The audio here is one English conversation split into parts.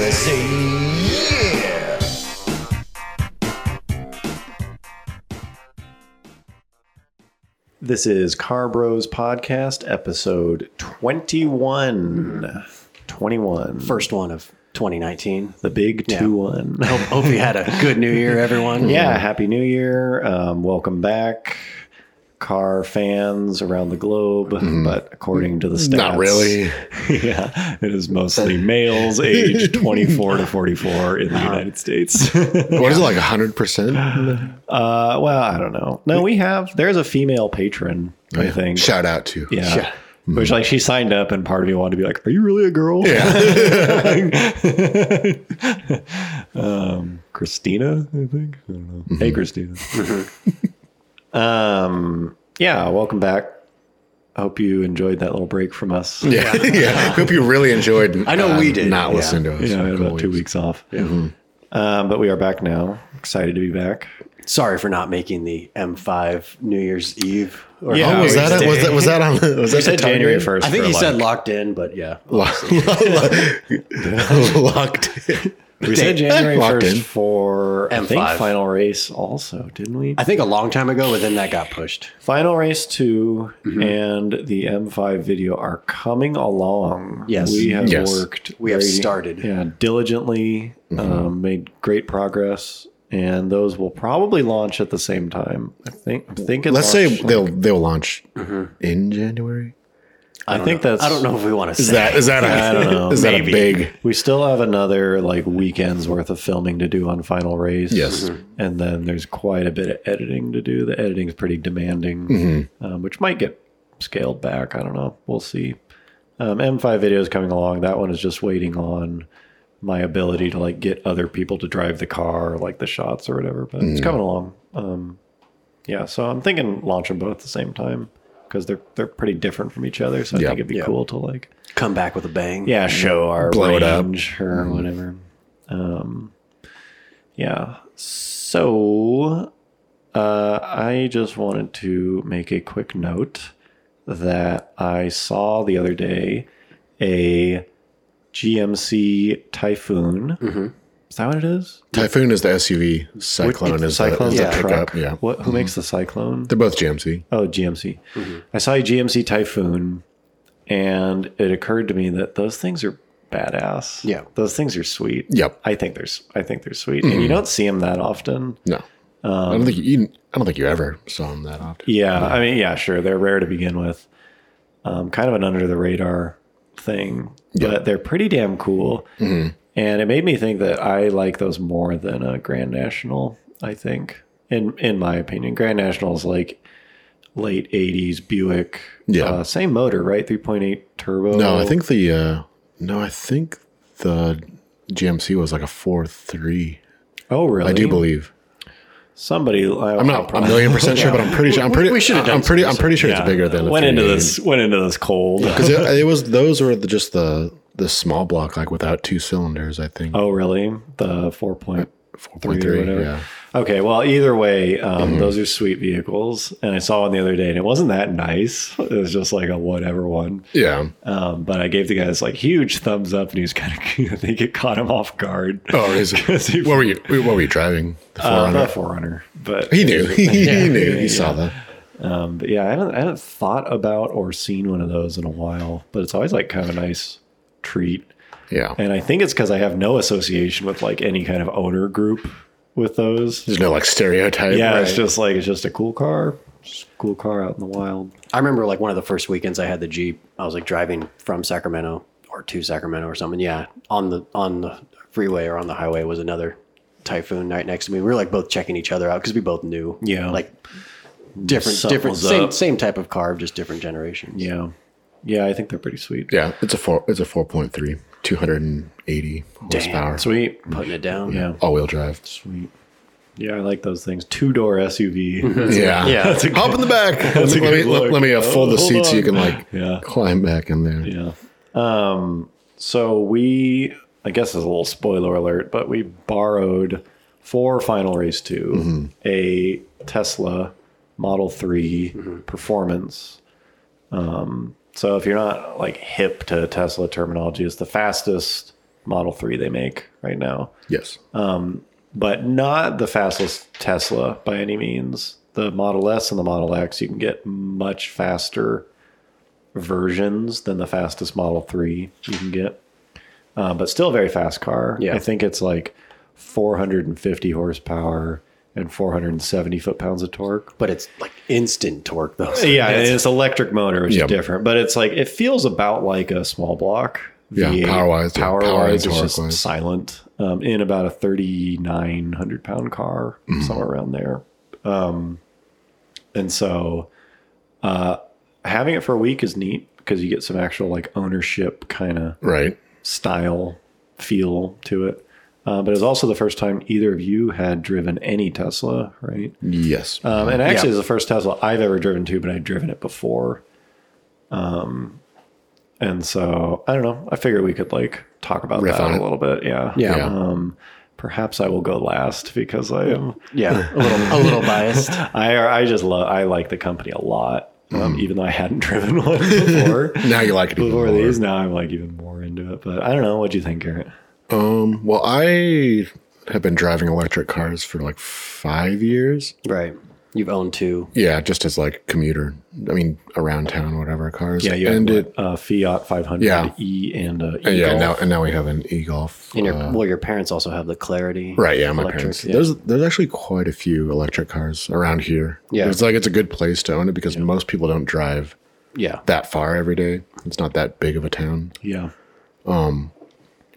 USA. Yeah! This is Car Bros Podcast, episode 21. 21. First one of 2019. the big Yeah. 2 1. Hope, hope you had a good new year, everyone. yeah, Happy New Year. Um, welcome back, car fans around the globe. But according to the stats, Not really. yeah, it is mostly males aged 24 to 44 in the United States. What is it like? hundred percent. Uh, well, I don't know. No, we have. There's a female patron, I think. Shout out to Yeah. Which like she signed up and part of me wanted to be like, Are you really a girl? Yeah. um Christina, I think. I don't know. Hey Christina. Mm-hmm. um yeah, welcome back. I hope you enjoyed that little break from us. yeah, yeah. Hope you really enjoyed. uh, I know we did, Not yeah. listening to us. Yeah, for we a had couple about two weeks off. Um, but we are back now. Excited to be back. Sorry for not making the M5 New Year's Eve. Or Yeah, Oh, was Yeah, that, we was that was that on was that said the time January period? 1st. I think for you like- said locked in, but yeah. locked in. we said January Locked first in. for I think M5. final race also, didn't we? I think a long time ago, but then that got pushed. Final Race 2 and the M5 video are coming along. Yes. We have Yes. worked. We have started. Yeah, diligently, um, made great progress. And those will probably launch at the same time. I think. I think it Let's say launched- they'll they'll launch in January. I, don't think know. that's. I don't know if we want to Is say that is that I don't know. a is that a Maybe. big We still have another like weekend's worth of filming to do on Final Race. Yes. And then there's quite a bit of editing to do. The editing's pretty demanding, Mm-hmm. um, which might get scaled back. I don't know. We'll see. Um, M5 video is coming along. That one is just waiting on my ability to like get other people to drive the car, like the shots or whatever. But Mm. it's coming along. Um, yeah. So I'm thinking launch them both at the same time because they're they're pretty different from each other. So I Yeah. think it'd be Yeah. cool to like come back with a bang? yeah, show our Blow it up. Mm-hmm. range or whatever. Um, yeah. So uh, I just wanted to make a quick note that I saw the other day a GMC Typhoon. Mm-hmm. Is that what it is? typhoon? Is the SUV Which- cyclone? Is the, Cyclone's is a the truck. pickup? Yeah, Mm-hmm. What? Who makes the Cyclone? they're both GMC. Oh, GMC. I saw a GMC Typhoon, and it occurred to me that those things are badass. Yeah. those things are sweet. Yep. I think they're s- I think they're sweet, and you don't see them that often. No, I Um, don't think you, you. I don't think you ever saw them that often. Yeah, I mean, yeah, sure, they're rare to begin with. Um, kind of an under the radar thing, but they're pretty damn cool. Mm-hmm. And it made me think that I like those more than a Grand National. I think, in in my opinion, Grand National is like late '80s Buick. Yeah. uh, same motor, right? 3.8 turbo. No, I think the. Uh, no, I think the GMC was like a four three. Oh, really? I do believe. somebody. I, I'm not a million percent sure, but I'm pretty sure. I'm pretty. we should've done I'm pretty. I'm pretty sure it's bigger than. the went into 380. this. Went into this cold. because it, it was those were the, just the the small block like without two cylinders i think Oh, really? The 4.4 4.3 or whatever. yeah Mm-hmm. Okay, well, either way, um, those are sweet vehicles, and I saw one the other day, and it wasn't that nice. It was just like a whatever one. yeah Um, but I gave the guy this like huge thumbs up, and he was kind of. I think it caught him off guard. oh is it, what were you what were you driving the Uh, 400 not Forerunner, but he knew he, knew he saw that um, but yeah, I haven't I haven't thought about or seen one of those in a while. But it's always like kind of a nice treat. yeah And I think it's because I have no association with like any kind of owner group with those. there's no like stereotype Yeah, right? it's just like it's just a cool car, just a cool car out in the wild. I remember like one of the first weekends I had the Jeep. I was like driving from Sacramento or to Sacramento or something. Yeah, on the on the freeway or on the highway was another typhoon right next to me. We were like both checking each other out because we both knew. Yeah. like different, Something different, was same, up. same type of car, just different generations. Yeah, yeah, I think they're pretty sweet. yeah it's a four it's a 4.3 280 horsepower Sweet, Putting it down. yeah, all-wheel drive sweet. Yeah, I like those things. Two door SUV. yeah Yeah. That's hop in the back let a me let me, good look. let, me uh, fold the Hold seat so you on. can like Yeah. climb back in there yeah. Um. So we, I guess, is a little spoiler alert, but we borrowed for Final Race 2 a Tesla Model 3 Performance. Um. So if you're not like hip to Tesla terminology, it's the fastest Model 3 they make right now, Yes. Uh, but not the fastest Tesla by any means. The Model S and the Model X, you can get much faster versions than the fastest Model 3 you can get, uh, but still a very fast car. Yeah. I think it's like 450 horsepower and 470 foot pounds of torque. But it's like instant torque though. so Yeah, it's- and it's electric motor, which Yeah. is different, but it's like it feels about like a small block. Yeah, V8. power-wise, yeah, power power-wise, wise, it's just torque-wise. silent. Um, in about a thirty nine hundred pound car, Mm-hmm. somewhere around there. Um, and so, uh, having it for a week is neat because you get some actual like ownership kind of Right. style feel to it. Uh, but it's also the first time either of you had driven any Tesla, right? Yes. Um, and actually, Yeah. it's the first Tesla I've ever driven to, but I'd driven it before. Um, and so I don't know. I figured we could like talk about Riff that on a it. little bit. Yeah. Yeah. Yeah. Um, perhaps I will go last because I am. yeah, a little a little biased. I I just love. I like the company a lot, um, even though I hadn't driven one before. now you like it Mm-hmm. even before more. these, now I'm like even more into it. But I don't know. What do you think, Garrett? Um, well, I have been driving electric cars for like five years. Right. You've owned two. Yeah, just as like commuter. I mean, around town, whatever cars. Yeah, you and had it. uh, Fiat 500 Yeah. E and uh, and yeah, E-Golf. now and now we have an e golf. And your well, your parents also have the clarity. Right, yeah, my Electric, parents. yeah. There's there's actually quite a few electric cars around here. Yeah. it's like it's a good place to own it because most people don't drive Yeah. that far every day. It's not that big of a town. yeah.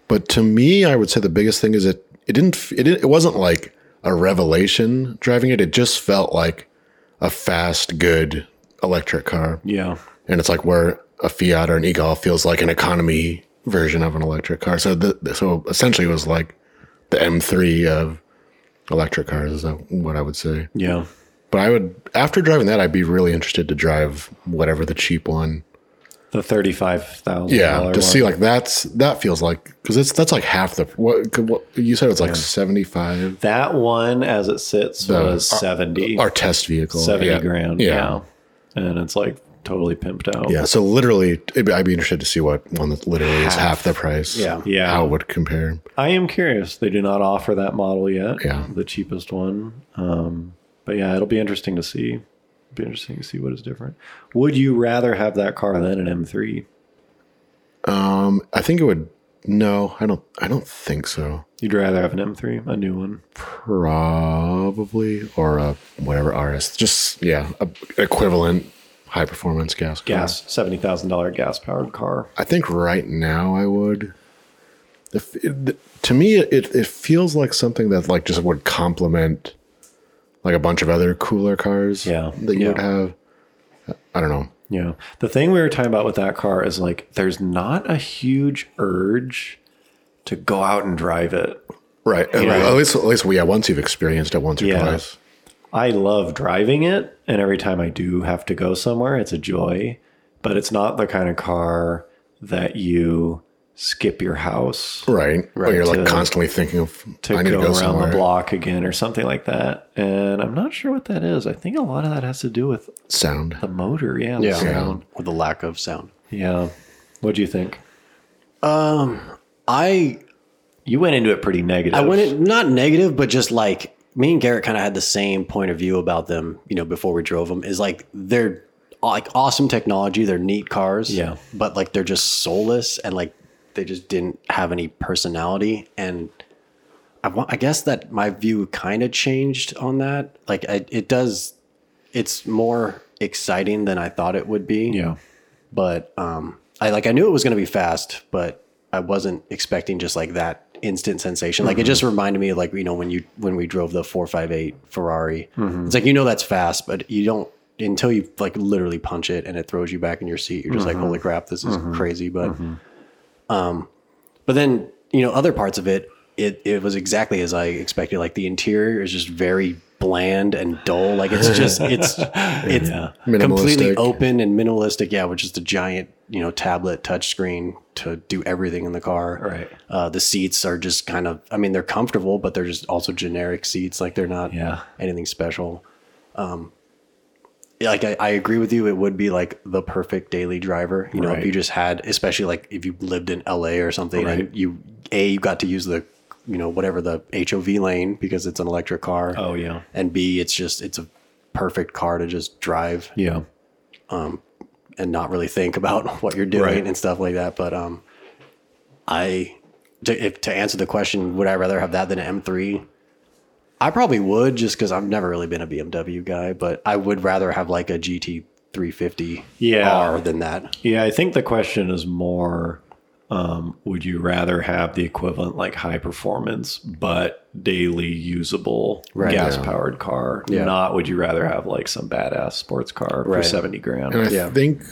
But to me, I would say the biggest thing is it it didn't f- it didn't, it wasn't like a revelation driving it. It just felt like a fast, good electric car, Yeah. and it's like where a Fiat or an e-Golf feels like an economy version of an electric car. So the, so essentially, it was like the M3 of electric cars. Is that what I would say? Yeah. But I would after driving that, I'd be really interested to drive whatever the cheap one. The thirty-five thousand. Yeah, to see like that's that feels like because it's that's like half the what, could- what you said it's like seventy five. that one as it sits The- was seventy. Our test vehicle, seventy yeah. grand. Yeah. Yeah. and it's like totally pimped out. yeah, So literally, it'd be, I'd be interested to see what one that literally is half the price. Yeah. Yeah. how it would compare. I am curious. They do not offer that model yet. Yeah. the cheapest one. Um, but yeah, it'll be interesting to see. Be interesting to see what is different. Would you rather have that car than an M3? Um, I think it would. No, I don't. I don't think so. You'd rather have an M3, a new one. Probably or a whatever RS. Just yeah, a, equivalent high performance gas. car. Gas seventy thousand dollar gas powered car. I think right now I would. If it, to me, it it feels like something that like just would complement like a bunch of other cooler cars. Yeah. that you would Yeah. have. I don't know. Yeah. The thing we were talking about with that car is like there's not a huge urge to go out and drive it. Right. Yeah. At least at least yeah. Once you've experienced it once or Yeah. twice. I love driving it, and every time I do have to go somewhere, it's a joy, but it's not the kind of car that you skip your house Right. Right. you're like to- constantly thinking of to I need go, to go around somewhere. the block again or something like that. And I'm not sure what that is. I think a lot of that has to do with Sound. the motor, yeah, the Yeah. sound. With the lack of sound. Yeah. What do you think? I You went into it pretty negative. I wouldn't not negative, but just like me and Garrett kind of had the same point of view about them. You know, before we drove them, is like they're like awesome technology. They're neat cars. Yeah. but like they're just soulless and like they just didn't have any personality. And I want, I guess that my view kind of changed on that. Like I, it does, it's more exciting than I thought it would be Yeah. but um, I like I knew it was going to be fast, but I wasn't expecting just like that instant sensation. Like it just reminded me, like you know, when you when we drove the four five eight Ferrari, it's like you know that's fast, but you don't until you like literally punch it and it throws you back in your seat. You're just like, holy crap, this is crazy. But um, but then you know other parts of it. It, it was exactly as I expected. Like the interior is just very bland and dull. Like it's just it's it's Minimalistic. completely open and minimalistic. Yeah, which is the giant, you know, tablet touchscreen to do everything in the car. Right. Uh, the seats are just kind of, I mean, they're comfortable, but they're just also generic seats. Like they're not Yeah. anything special. Um, like I, I agree with you. It would be like the perfect daily driver. You know, if Right. you just had, especially like if you lived in LA or something, Right. and you a you got to use the you know whatever the HOV lane because it's an electric car. Oh yeah. and B it's just it's a perfect car to just drive Yeah. and not really think about what you're doing Right. and stuff like that. But um, I to, if, to answer the question, would I rather have that than an M3? I probably would, just because I've never really been a BMW guy. But I would rather have like a GT 350 Yeah. R than that. Yeah, I think the question is more um, would you rather have the equivalent like high performance but daily usable Right. gas powered car? Yeah. Not would you rather have like some badass sports car for Right. 70 grand? And I Yeah. think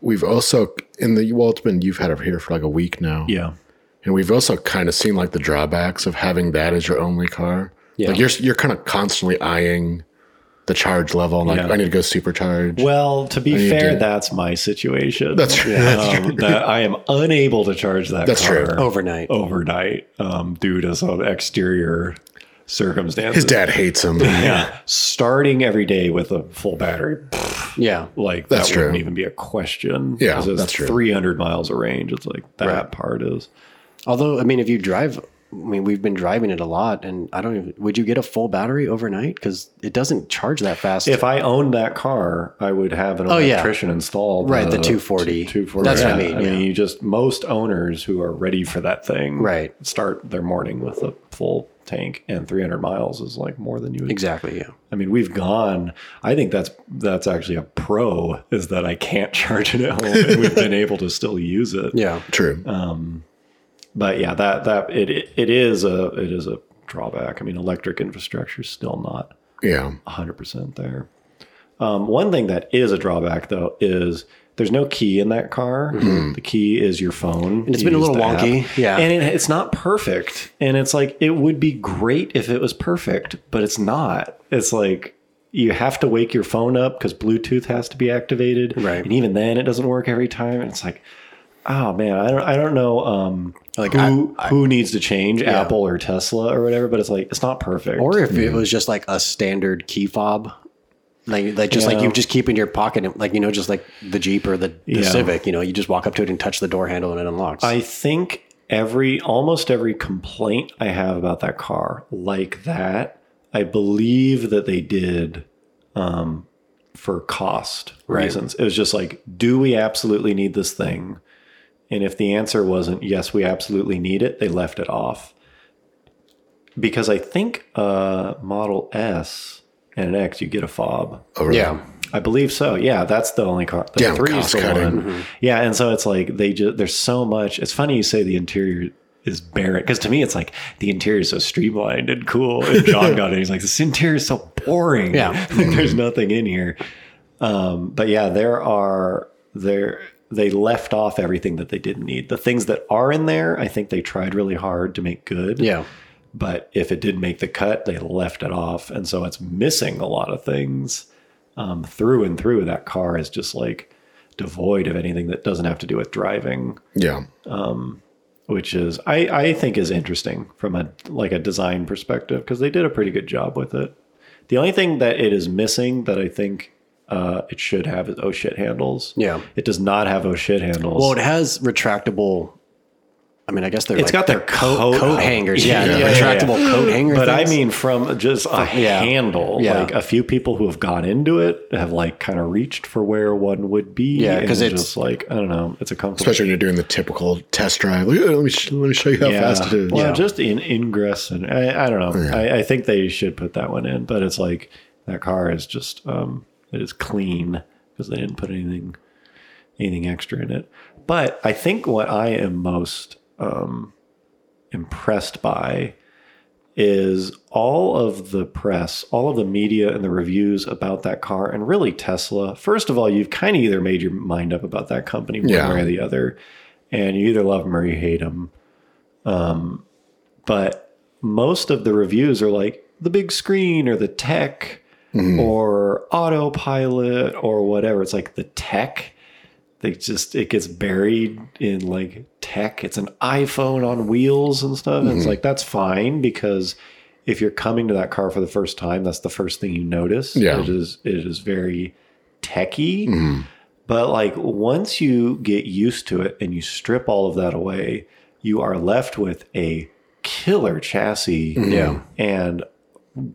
we've also in the well, it's been you've had it here for like a week now. yeah. And we've also kind of seen like the drawbacks of having that as your only car. Yeah. Like you're you're kind of constantly eyeing the charge level. Like Yeah. I need to go supercharge. Well, to be need fair, to- that's my situation. That's true. That's Um, that I am unable to charge that That's car true. Overnight, overnight um, due to some exterior circumstances. His dad hates him. Yeah. Starting every day with a full battery. yeah, like That's that wouldn't true. even be a question. Yeah, 'Cause it's that's true. 300 miles of range. It's like that Right. part is. Although, I mean, if you drive, I mean, we've been driving it a lot, and I don't even. Would you get a full battery overnight? Because it doesn't charge that fast. If I owned that car, I would have an Oh, yeah. electrician install Right, the 240. 240. That's what I uh, Yeah. mean, I mean, yeah. you just most owners who are ready for that thing, Right. start their morning with a full tank, and 300 miles is like more than you would exactly, yeah, I mean, we've gone. I think that's that's actually a pro is that I can't charge it at home, and we've been able to still use it. yeah, True. Uh, but yeah, that that it it- it is a it is a drawback. I mean, electric infrastructure is still not yeah. 100% there. Um, one thing that is a drawback though is there's no key in that car. The key is your phone. And Mm-hmm. it's been a little wonky. Yeah. and it, it's not perfect. And it's like it would be great if it was perfect, but it's not. It's like you have to wake your phone up because Bluetooth has to be activated, Right. And even then, it doesn't work every time. And it's like, oh man, I don't, I don't know, um, Like, who who needs to change Apple or Tesla or whatever. But it's like it's not perfect. or if it was just like a standard key fob like, like just like Yeah. you just keep in your pocket and, like you know just like the jeep or the, Yeah. the civic you know you just walk up to it and touch the door handle and it unlocks I think every almost every complaint I have about that car, like that, I believe that they did um, for cost Right. reasons. It was just like, do we absolutely need this thing? And if the answer wasn't yes, we absolutely need it, they left it off. Because I think uh, Model S and an X, you get a fob. Oh, really? yeah I believe so. Yeah, that's the only car. The Damn, three is cost the cutting. one. Mm-hmm. Yeah, and so it's like they just there's so much. It's funny you say the interior is barren because to me it's like the interior is so streamlined and cool. And John got it. He's like, this interior is so boring. Yeah. like, there's nothing in here. Um, but yeah, there are there they left off everything that they didn't need. The things that are in there, I think they tried really hard to make good. yeah But if it did make the cut, they left it off. And so it's missing a lot of things um, through and through. That car is just like devoid of anything that doesn't have to do with driving, Yeah. which is, I, I think is interesting from a, like a design perspective, because they did a pretty good job with it. The only thing that it is missing that I think uh, it should have is oh shit handles. Yeah. It does not have oh shit handles. well it has retractable i mean i guess they're It's it's got the coat, coat hangers yeah, yeah, the yeah, yeah. retractable coat hangers But I mean, from just a yeah. handle, Yeah. like a few people who have gone into it have like kind of reached for where one would be. Yeah, 'cause and it's- just like I don't know, it's a comfortable. Especially when you're doing the typical test drive. Look, Let me sh- let me show you how yeah. fast it is. Well, Yeah. just in ingress, and I, I don't know. I, I think they should put that one in, but it's like that car is just um, it is clean because they didn't put anything anything extra in it. But I think what I am most um, impressed by is all of the press, all of the media and the reviews about that car, and really Tesla. First of all, you've kind of either made your mind up about that company one Yeah. way or the other, and you either love them or you hate them. Um, but most of the reviews are like the big screen or the tech or autopilot or whatever. It's like the tech they just it gets buried in like tech it's an iphone on wheels and stuff and it's like that's fine because if you're coming to that car for the first time that's the first thing you notice Yeah. it is it is very techie. But like once you get used to it and you strip all of that away, you are left with a killer chassis Yeah. and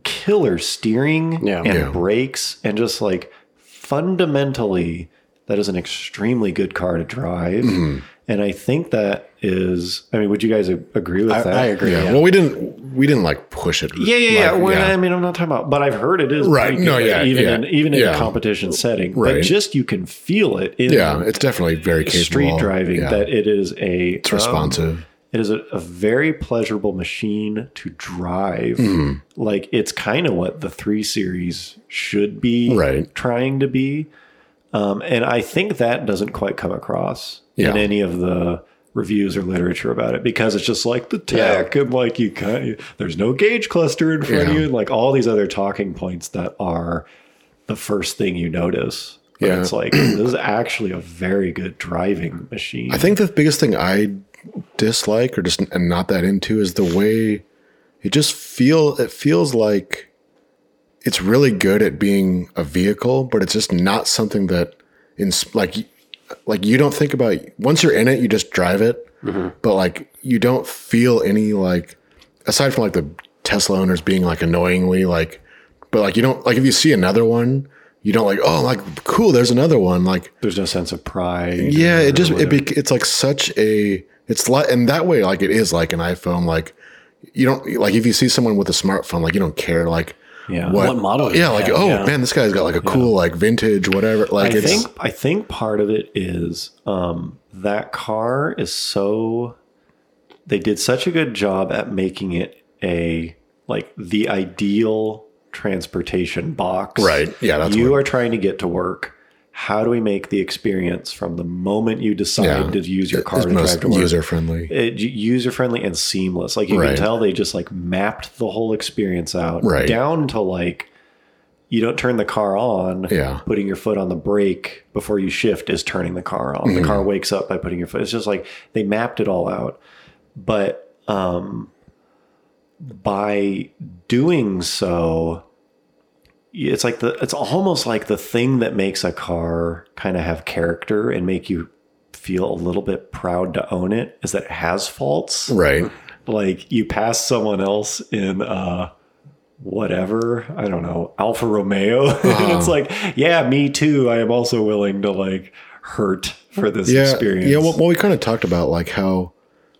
killer steering Yeah. and Yeah. brakes and just like fundamentally that is an extremely good car to drive. Mm-hmm. And I think that is I mean, would you guys a- agree with I, that? I agree. Yeah. Yeah. Well, we didn't we didn't like push it. Yeah, yeah, yeah. like, Well, I mean, I'm not talking about, but I've heard it is Right. pretty No, good, yeah, Even yeah, in even in yeah. a competition setting, Right. But just you can feel it in yeah, it's definitely very capable. street driving Yeah. that it is a it's responsive. it is a, a very pleasurable machine to drive. Hmm. Like it's kind of what the three series should be Right. trying to be. Um, and I think that doesn't quite come across in Yeah. any of the reviews or literature about it because it's just like the tech and like you kind there's no gauge cluster in front of Yeah. you and like all these other talking points that are the first thing you notice. But Yeah. it's like this is actually a very good driving machine. I think the biggest thing I dislike or just am not that into is the way it just feel it feels like it's really good at being a vehicle, but it's just not something that in like like you don't think about once you're in it, you just drive it, but like you don't feel any like aside from like the Tesla owners being like annoyingly like, but like you don't like if you see another one, you don't like oh like cool, there's another one like there's no sense of pride. yeah or it just it whatever. be, it's like such a it's like and that way like it is like an iphone like you don't like if you see someone with a smartphone like you don't care like yeah. What model you yeah like have, oh yeah. man this guy's got like a cool like vintage whatever like I it's think I think part of it is um, that car is so they did such a good job at making it a like the ideal transportation box. Right. Yeah, that's you what- are trying to get to work. How do we make the experience from the moment you decide Yeah. to use your car it's to drive most to work user friendly user friendly uh, and seamless. Like you Right. can tell they just like mapped the whole experience out Right. down to like you don't turn the car on. Yeah. Putting your foot on the brake before you shift is turning the car on. The car Mm. wakes up by putting your foot. It's just like they mapped it all out. But um by doing so it's like the it's almost like the thing that makes a car kind of have character and make you feel a little bit proud to own it is that it has faults right like you pass someone else in uh whatever i don't know alfa romeo and Uh-huh. it's like yeah me too i am also willing to like hurt for this yeah experience yeah well, well we kind of talked about like how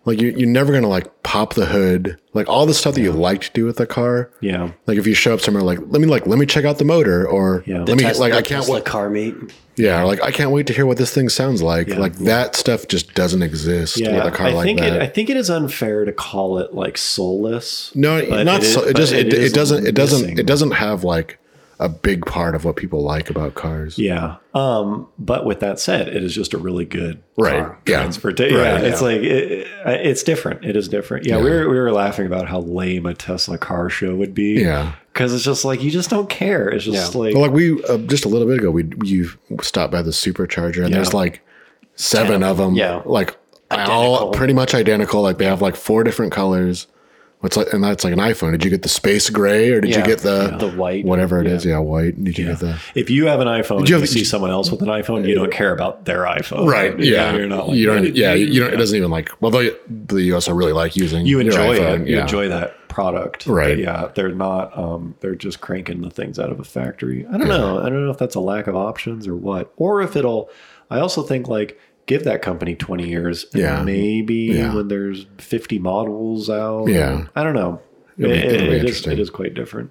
like you, you're never gonna like pop the hood like all the stuff that you like to do with the car yeah like if you show up somewhere like let me like let me check out the motor or Yeah. let The me Tesla- like I can't Tesla wait car meet. Yeah, or like I can't wait to hear what this thing sounds like. Yeah. Like that stuff just doesn't exist with a car I like think that. it. I think it is unfair to call it like soulless. no, but not is- so, it but just it, it, is doesn't it doesn't missing. it doesn't have like a big part of what people like about cars. Yeah. Um. But with that said, it is just a really good Right. car Yeah. transportation. Right. It's like it, it's different. It is different. Yeah, We were we were laughing about how lame a Tesla car show would be. Yeah. Because it's just like you just don't care. It's just Yeah. like But like we uh, just a little bit ago, we you stopped by the supercharger and there's like seven of them. Yeah. like all Identical. pretty much identical. Like they have like four different colors. What's like and that's like an iPhone. Did you get the space gray or did you Yeah. get the Yeah. The white. Whatever it is, yeah, white. Did you get the if you have an iPhone, and you you, have- see someone else with an iPhone, you don't care about their iPhone. Right. You know, Yeah. You're not. Like, you don't. "Man, Yeah. You don't. It doesn't even like. Well, though though you also really like using. you your enjoy iPhone, it. You yeah. enjoy that product, Right. But yeah, they're not. Um, they're just cranking the things out of a factory. I don't know. I don't know if that's a lack of options or what, or if it'll. I also think like give that company twenty years. and Yeah. maybe Yeah. when there's fifty models out. Yeah. I don't know. It'll be- It- it'll be it is- interesting. it is quite different.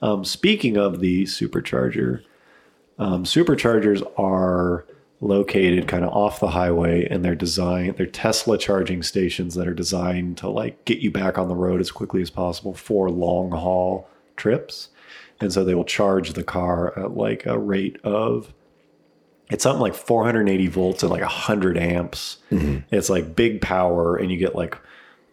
Um, speaking of the supercharger, um, superchargers are located kind of off the highway and they're designed they're tesla charging stations that are designed to like get you back on the road as quickly as possible for long haul trips and so they will charge the car at like a rate of it's something like 480 volts and like 100 amps it's like big power and you get like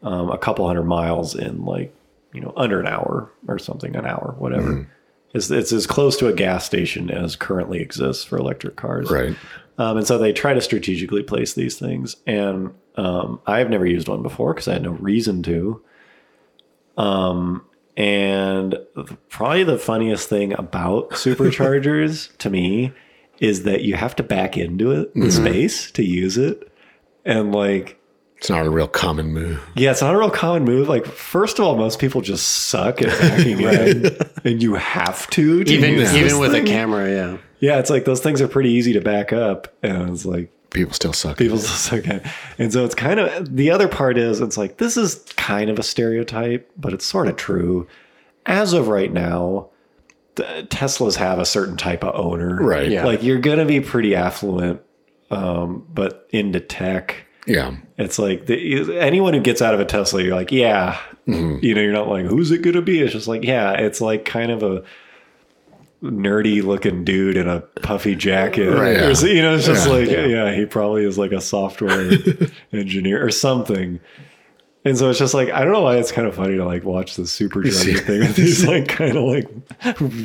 um, a couple hundred miles in like you know under an hour or something an hour whatever it's, it's as close to a gas station as currently exists for electric cars Right. um, and so they try to strategically place these things and um, i've never used one before because i had no reason to um, and probably the funniest thing about superchargers to me is that you have to back into it the space to use it, and like It's not a real common move. yeah, it's not a real common move. Like first of all, most people just suck at backing in, and you have to, to Even use this even with thing. a camera, yeah. Yeah, it's like those things are pretty easy to back up, and it's like People still suck. people still suck at. And so it's kind of the other part is it's like this is kind of a stereotype, but it's sort of true. As of right now, the Teslas have a certain type of owner, Right. Yeah. Like you're gonna be pretty affluent, um, but into tech. Yeah. It's like the, anyone who gets out of a Tesla, you're like, yeah, Mm-hmm. you know, you're not like, who's it gonna be? It's just like, yeah, it's like kind of a nerdy looking dude in a puffy jacket, Right. or so- you know, it's just Yeah. like, yeah. he probably is like a software engineer or something. And so it's just like I don't know why it's kind of funny to like watch the super drug thing with these like kind of like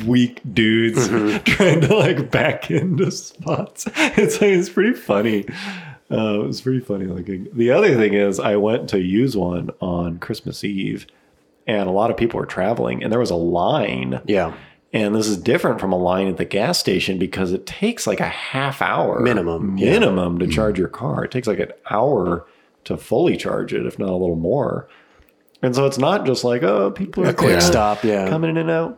weak dudes trying to like back into spots. It's like it's pretty funny. Uh, it was pretty funny looking. The other thing is I went to use one on Christmas Eve, and a lot of people were traveling, and there was a line. Yeah. And this is different from a line at the gas station because it takes like a half hour Minimum, yeah. Mm-hmm. minimum to charge your car. It takes like an hour to fully charge it, if not a little more. And so it's not just like oh, people are A quick kinda Stop, yeah. coming in and out.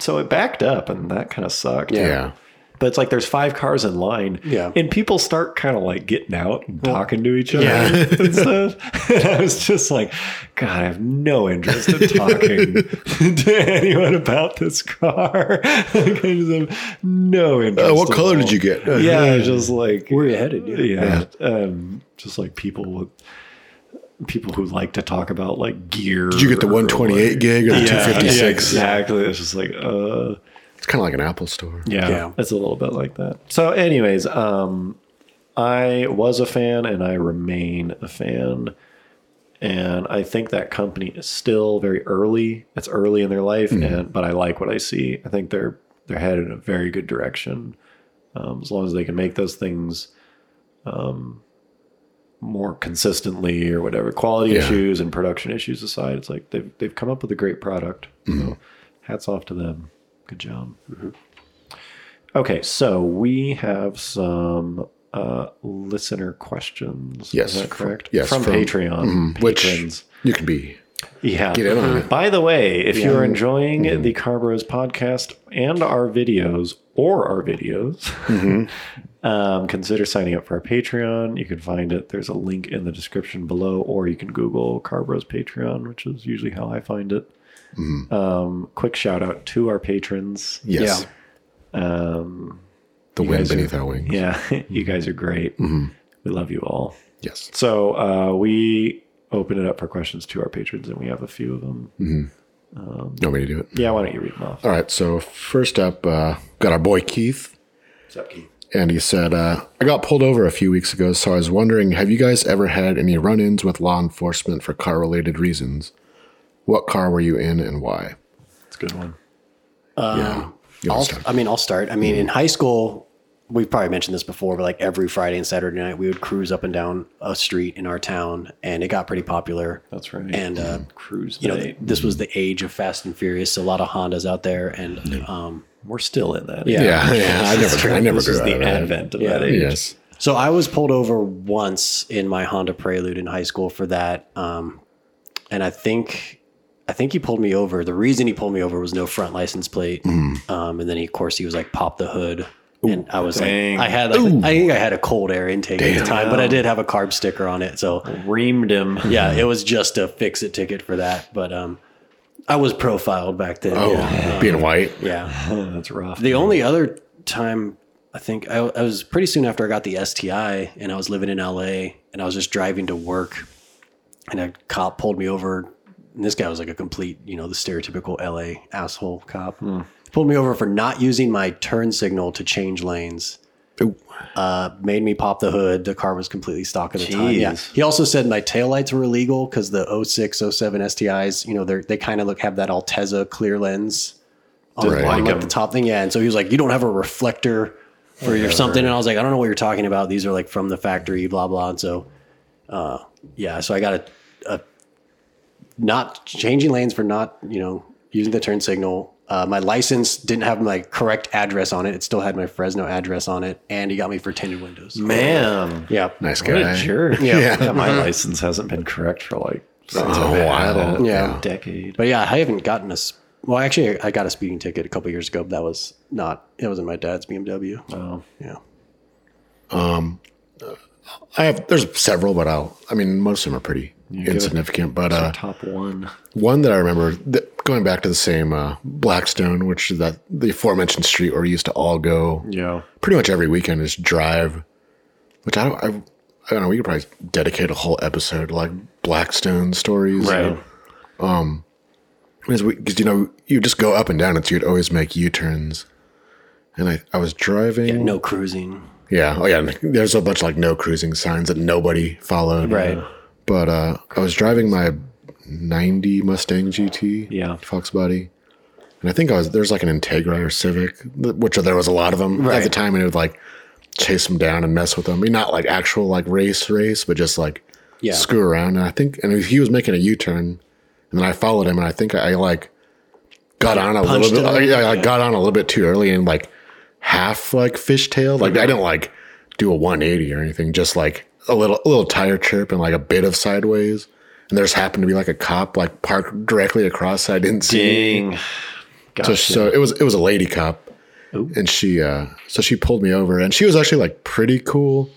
So it backed up, and that kind of sucked. Yeah. Yeah. But it's like there's five cars in line. Yeah. And people start kind of like getting out and talking to each other and stuff. And I was just like, God, I have no interest in talking to anyone about this car. like, I just have no interest. Uh, what at color all. did you get? Yeah, I was just like Where you headed? Yeah. yeah, Um, just like people with people who like to talk about like gear. Did you get the 128 gig or the Yeah, 256? yeah, exactly. It's just like uh It's kind of like an Apple store. yeah, Yeah. it's a little bit like that. So, anyways, um, I was a fan and I remain a fan, and I think that company is still very early. It's early in their life, and but I like what I see. I think they're they're headed in a very good direction. Um, as long as they can make those things um, more consistently or whatever quality Yeah. issues and production issues aside, it's like they've they've come up with a great product. So, hats off to them. Good job. Okay, so we have some uh, listener questions. Yes, is that fr- correct? yes, from, from- mm-hmm, Patreon, Which patrons. you can be. yeah. Get in on it. Mm-hmm. By the way, if you are enjoying the Carbros podcast and our videos or our videos, Mm-hmm. um, consider signing up for our Patreon. You can find it. There's a link in the description below, or you can Google Carbros Patreon, which is usually how I find it. Mm-hmm. Um, quick shout out to our patrons. Yes. Yeah. Um, The wind guys are- beneath our wings. yeah, you guys are great. We love you all. Yes. So uh, we open it up for questions to our patrons, and we have a few of them. You want me to do it? Yeah, why don't you read them off? All right. So first up, uh, got our boy Keith, What's up, Keith? and he said, uh, "I got pulled over a few weeks ago, so I was wondering, have you guys ever had any run-ins with law enforcement for car-related reasons? What car were you in, and why?" It's a good one. yeah. You I'll, understand. I mean, I'll start. I mean, in high school, we've probably mentioned this before, but like every Friday and Saturday night, we would cruise up and down a street in our town, and it got pretty popular. That's right. And uh, Mm-hmm. Cruise, you know, th- this was the age of Fast and Furious, so a lot of Hondas out there, and um, we're still in that. Yeah. yeah, yeah. I never, I never this grew is out the of that. advent of Yeah. that age. Yes. So I was pulled over once in my Honda Prelude in high school for that, um, and I think I think he pulled me over. The reason he pulled me over was no front license plate, Mm-hmm. um, and then he, of course he was like, "Pop the hood," and I was dang. like, "I had like, I think I had a cold air intake at Damn. the time, but I did have a carb sticker on it, so Reamed him. yeah, it was just a fix it ticket for that." But um, I was profiled back then. Oh, yeah. being white. yeah. That's rough. The only other time I think I, I was pretty soon after I got the STI and I was living in LA and I was just driving to work and a cop pulled me over. And this guy was like a complete, you know, the stereotypical LA asshole cop. Pulled me over for not using my turn signal to change lanes. Ooh. Uh, made me pop the hood. The car was completely stock at the time. Yeah. Jeez. He also said my taillights were illegal because the 06, 07 STIs, you know, they're, they kind of look have that Alteza clear lens on Right. the Like bottom, like the them. top thing. Yeah. And so he was like, you don't have a reflector for your something. And I was like, I don't know what you're talking about. These are like from the factory, blah, blah. And so, uh, yeah. So I got a, a not changing lanes for not, you know, using the turn signal. Uh, my license didn't have my correct address on it. It still had my Fresno address on it, and he got me for tinted windows. Man, Yeah, Nice what guy. a jerk! Yeah. Yeah, my license hasn't been correct for like since Oh, I've had wow. it, Yeah. decade. But yeah, I haven't gotten a. s- Well, actually, I got a speeding ticket a couple years ago. But that was not. It was in my dad's BMW. Oh. Yeah. I have there's several, but I'll I mean most of them are pretty it- insignificant. But uh, Top one. one that I remember th- going back to the same uh, Blackstone, which is that the aforementioned street where we used to all go Yeah. pretty much every weekend is drive, which I don't I, I don't know. We could probably dedicate a whole episode to, like Blackstone stories. Right. because we, cause, you know you just go up and down, and so you'd always make U turns. And I, I was driving. Yeah, No cruising. Oh yeah. and There's a bunch of like no cruising signs that nobody followed. But uh, I was driving my 90 Mustang GT. Yeah. Fox body. And I think I was there's like an Integra or Civic, th- which there was a lot of them at the Right. time, and it would like chase them down and mess with them. I mean, not like actual like race race, but just like Yeah. screw around. And I think and he was making a U turn, and then I followed him, and I think I, like got on a Punched little bit. him? I, I got on a little bit too early and like half like fishtail. Like I didn't like do a 180 or anything. Just like a little a little tire chirp and like a bit of sideways. And there's happened to be like a cop like parked directly across. I didn't see. Dang. So, Gotcha. so it was it was a lady cop, Ooh. and she uh, so she pulled me over, and she was actually like pretty cool,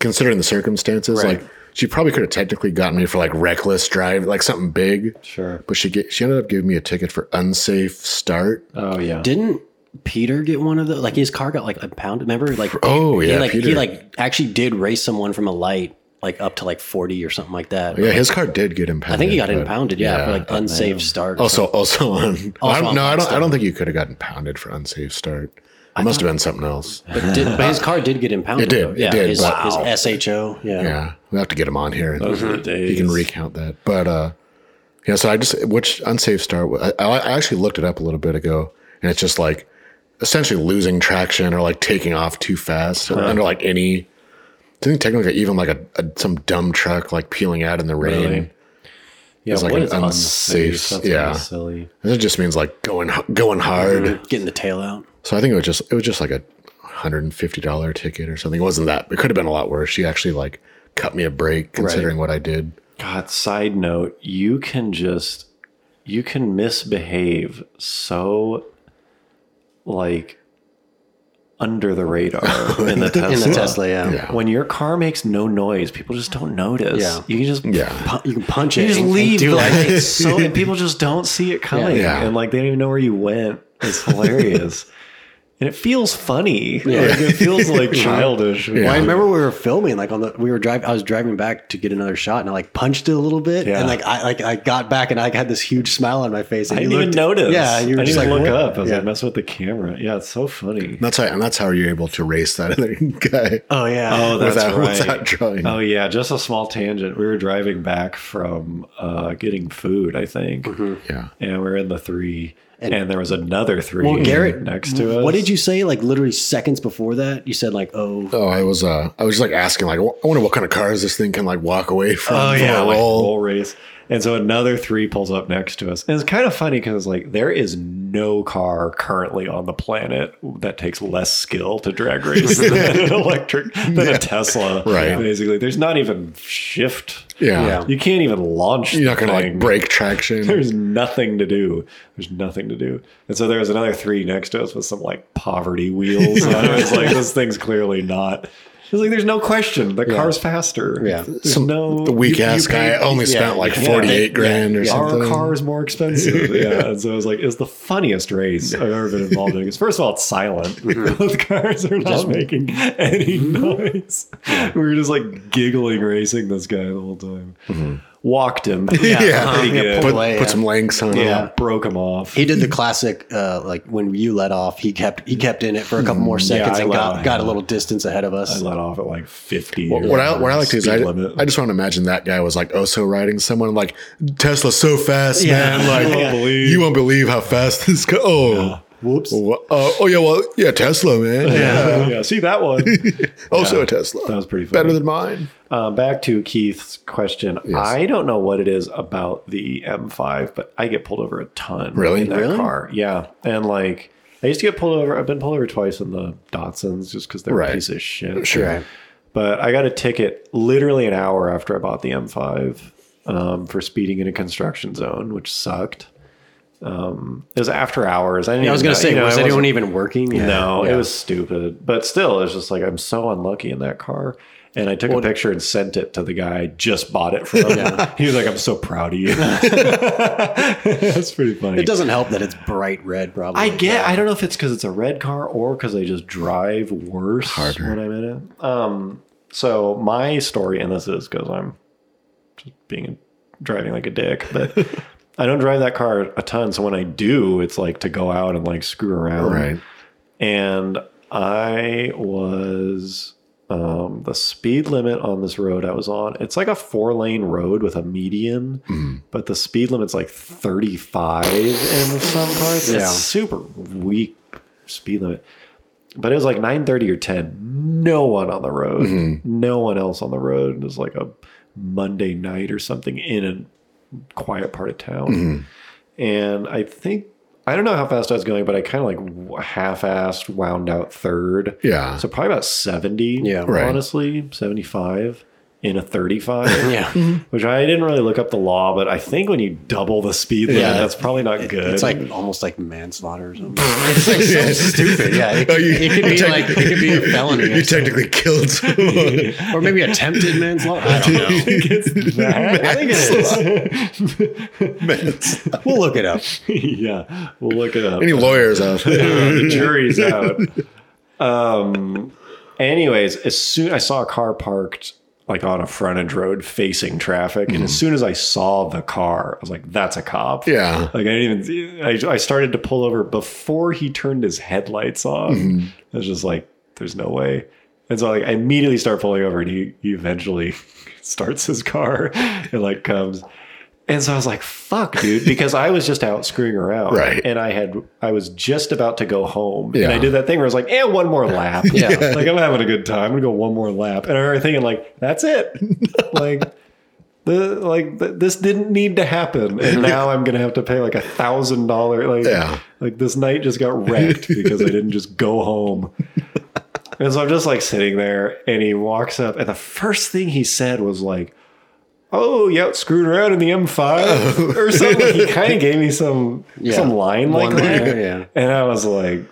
considering the circumstances. Right. Like she probably could have technically gotten me for like reckless drive, like something big. sure. But she get, she ended up giving me a ticket for unsafe start. Oh yeah. Didn't Peter get one of those? Like his car got like a pound. Remember, like Oh, he, yeah, like he Peter. like actually did race someone from a light like up to like forty or something like that. Yeah, his car did get I impounded. think he got but- Oh, impounded. Yeah, for like unsafe man. start. or Also, also on. I don't, on no, I don't. I Blackstone. don't think you could have gotten pounded for unsafe start. It must have been something else. But, did, but his car did get impounded. It did, though. it Yeah, did, His, but- his Wow. SHO. Yeah. Yeah, we have to get him on here. Those were the You days. can recount that. But uh, yeah, so I just which unsafe start. I, I actually looked it up a little bit ago, and it's just like essentially losing traction or like taking off too fast or under like any. I think technically even like a, a some dumb truck like peeling out in the rain. Really? yeah. It's like what an is unsafe- That's yeah. kinda silly. And it just means like going h- going hard. Mm-hmm. Getting the tail out. So I think it was just it was just like a hundred and fifty dollar ticket or something. It wasn't that. It could have been a lot worse. She actually like cut me a break considering what I did. God. Side note: You can just you can misbehave so like under the radar in the Tesla. In the Tesla, yeah. Yeah. When your car makes no noise, people just don't notice. Yeah. You can just Yeah. Pu- You can punch You it. just and- and leave. do like, it. it's so and people just don't see it coming, Yeah. and like they don't even know where you went. It's hilarious, and it feels funny. Like, it feels like childish. Yeah. Well, I remember we were filming, like on the we were driving. I was driving back to get another shot, and I like punched it a little bit, Yeah. and like I like I got back, and I had this huge smile on my face. And I you didn't even looked- notice. Yeah, you were I just didn't like even look "What?" up. I was Yeah. like, mess with the camera. Yeah, it's so funny. That's how and that's how you're able to race that other guy. Oh yeah. Oh, that's without, right. without drawing. Oh yeah, just a small tangent. We were driving back from uh, getting food, I think, Mm-hmm. Yeah. and we're in the three, and, there was another three. Well, Garrett, next to us. What did you say? Like literally seconds before that, you said like, "Oh, Oh, I was uh, I was just like asking, like, I wonder what kind of cars this thing can like walk away from. from a Oh, like roll. roll race. And so another three pulls up next to us. And it's kind of funny because like there is no car currently on the planet that takes less skill to drag race than an electric than a Tesla. Right. Basically, there's not even shift. yeah. Yeah. You can't even launch. You're not gonna the like thing. break traction. There's nothing to do. There's nothing to do. And so there was another three next to us with some like poverty wheels. And I was like, this thing's clearly not. It's like there's no question. The car's faster. Yeah. There's Some, no the weak you- you ass guy paid- only spent like yeah, forty eight they- grand or something. Our car is more expensive. yeah. And so it was like, it's the funniest race I've ever been involved in. Because first of all, it's silent. Both cars are not making any noise. We were just like giggling racing this guy the whole time. Walked him. Mm-hmm. Yeah. Pretty good. Put, away, put yeah. some lengths on. yeah. Yeah. Broke him off. He did the classic, uh, like when you let off, he kept he kept in it for a couple more seconds Mm, I and let got, off. got a little distance ahead of I us. let off at like 50. What, or what I what I like to do is I, speed limit. I just want to imagine that guy was like Oso riding someone like Tesla so fast, Yeah. man. Like You won't believe. you won't believe how fast this car. Oh, Whoops. Wha- uh, oh yeah, well yeah, Tesla man. Yeah. yeah. See that one. also Yeah. a Tesla. That was pretty better funny. than mine. Um, back to Keith's question. I don't know what it is about the M5, but I get pulled over a ton. Really? In that Really? car. Yeah. And like, I used to get pulled over. I've been pulled over twice in the Datsuns just because they're Right. a piece of shit. Sure. Right. But I got a ticket literally an hour after I bought the M5 um, for speeding in a construction zone, which sucked. Um, it was after hours. I, didn't I was even gonna know- say, you know, was I wasn't- anyone even working? Yeah. no, Yeah. it was stupid. But still, it's just like I'm so unlucky in that car. And I took a picture and sent it to the guy I just bought it from. He was like, "I'm so proud of you." That's pretty funny. It doesn't help that it's bright red, probably. I get. I don't know if it's because it's a red car or because I just drive worse Harder. when I'm in it. Um. So my story, and this is because I'm just being driving like a dick, but I don't drive that car a ton. So when I do, it's like to go out and like screw around Right. and I was um, the speed limit on this road I was on. It's like a four lane road with a median, but the speed limit's like 35 in some parts. Yeah. It's super weak speed limit. But it was like 9:30 or 10. No one on the road. No one else on the road. It was like a Monday night or something in a quiet part of town and I think I don't know how fast I was going, but I kind of like w- half-assed wound out third. Yeah. So probably about seventy. Yeah. Right. honestly, seventy-five in a thirty-five. Yeah. Which I didn't really look up the law, but I think when you double the speed limit, Yeah. that's probably not good. It's like almost like manslaughter or something. it's like Yeah. so stupid. Yeah. It, Oh, you- it could you be tec- like it could be a felony. You or something. technically killed someone. or maybe attempted manslaughter. I don't know. I think it Minutes. is. We'll look it up. yeah, we'll look it up. Any lawyers out there? the jury's out. Um. Anyways, as soon I saw a car parked like on a frontage road facing traffic, and as soon as I saw the car, I was like, "That's a cop." Yeah. Like I didn't even. I, I started to pull over before he turned his headlights on. Mm-hmm. I was just like, "There's no way." And so like I immediately start pulling over, and he he eventually starts his car and like comes. And so I was like, "Fuck, dude," because I was just out screwing around, Right. And I had I was just about to go home, and Yeah. I did that thing where I was like, "And one more lap, Yeah. Like I'm having a good time. I'm gonna go one more lap, and I remember thinking like, "That's it." like the like th- this didn't need to happen and now i'm gonna have to pay like a thousand dollar like Yeah. like this night just got wrecked because i didn't just go home and so i'm just like sitting there and he walks up and the first thing he said was like oh you out screwed around in the m5 or something he kind of gave me some Yeah. some line like One that liner, yeah. and i was like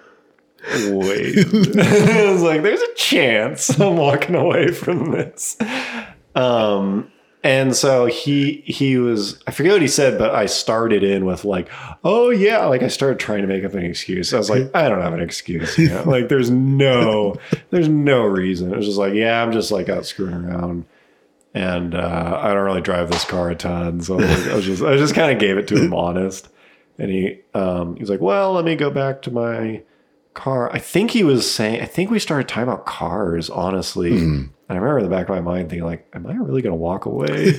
wait i was like there's a chance i'm walking away from this um and so he he was i forget what he said but i started in with like oh yeah like i started trying to make up an excuse i was like i don't have an excuse you know? like there's no there's no reason it was just like yeah i'm just like out screwing around and uh, i don't really drive this car a ton so like, i was just i just kind of gave it to him honest and he um he was like well let me go back to my car. I think he was saying, I think we started talking about cars, honestly. Mm-hmm. And I remember in the back of my mind thinking, like, am I really going to walk away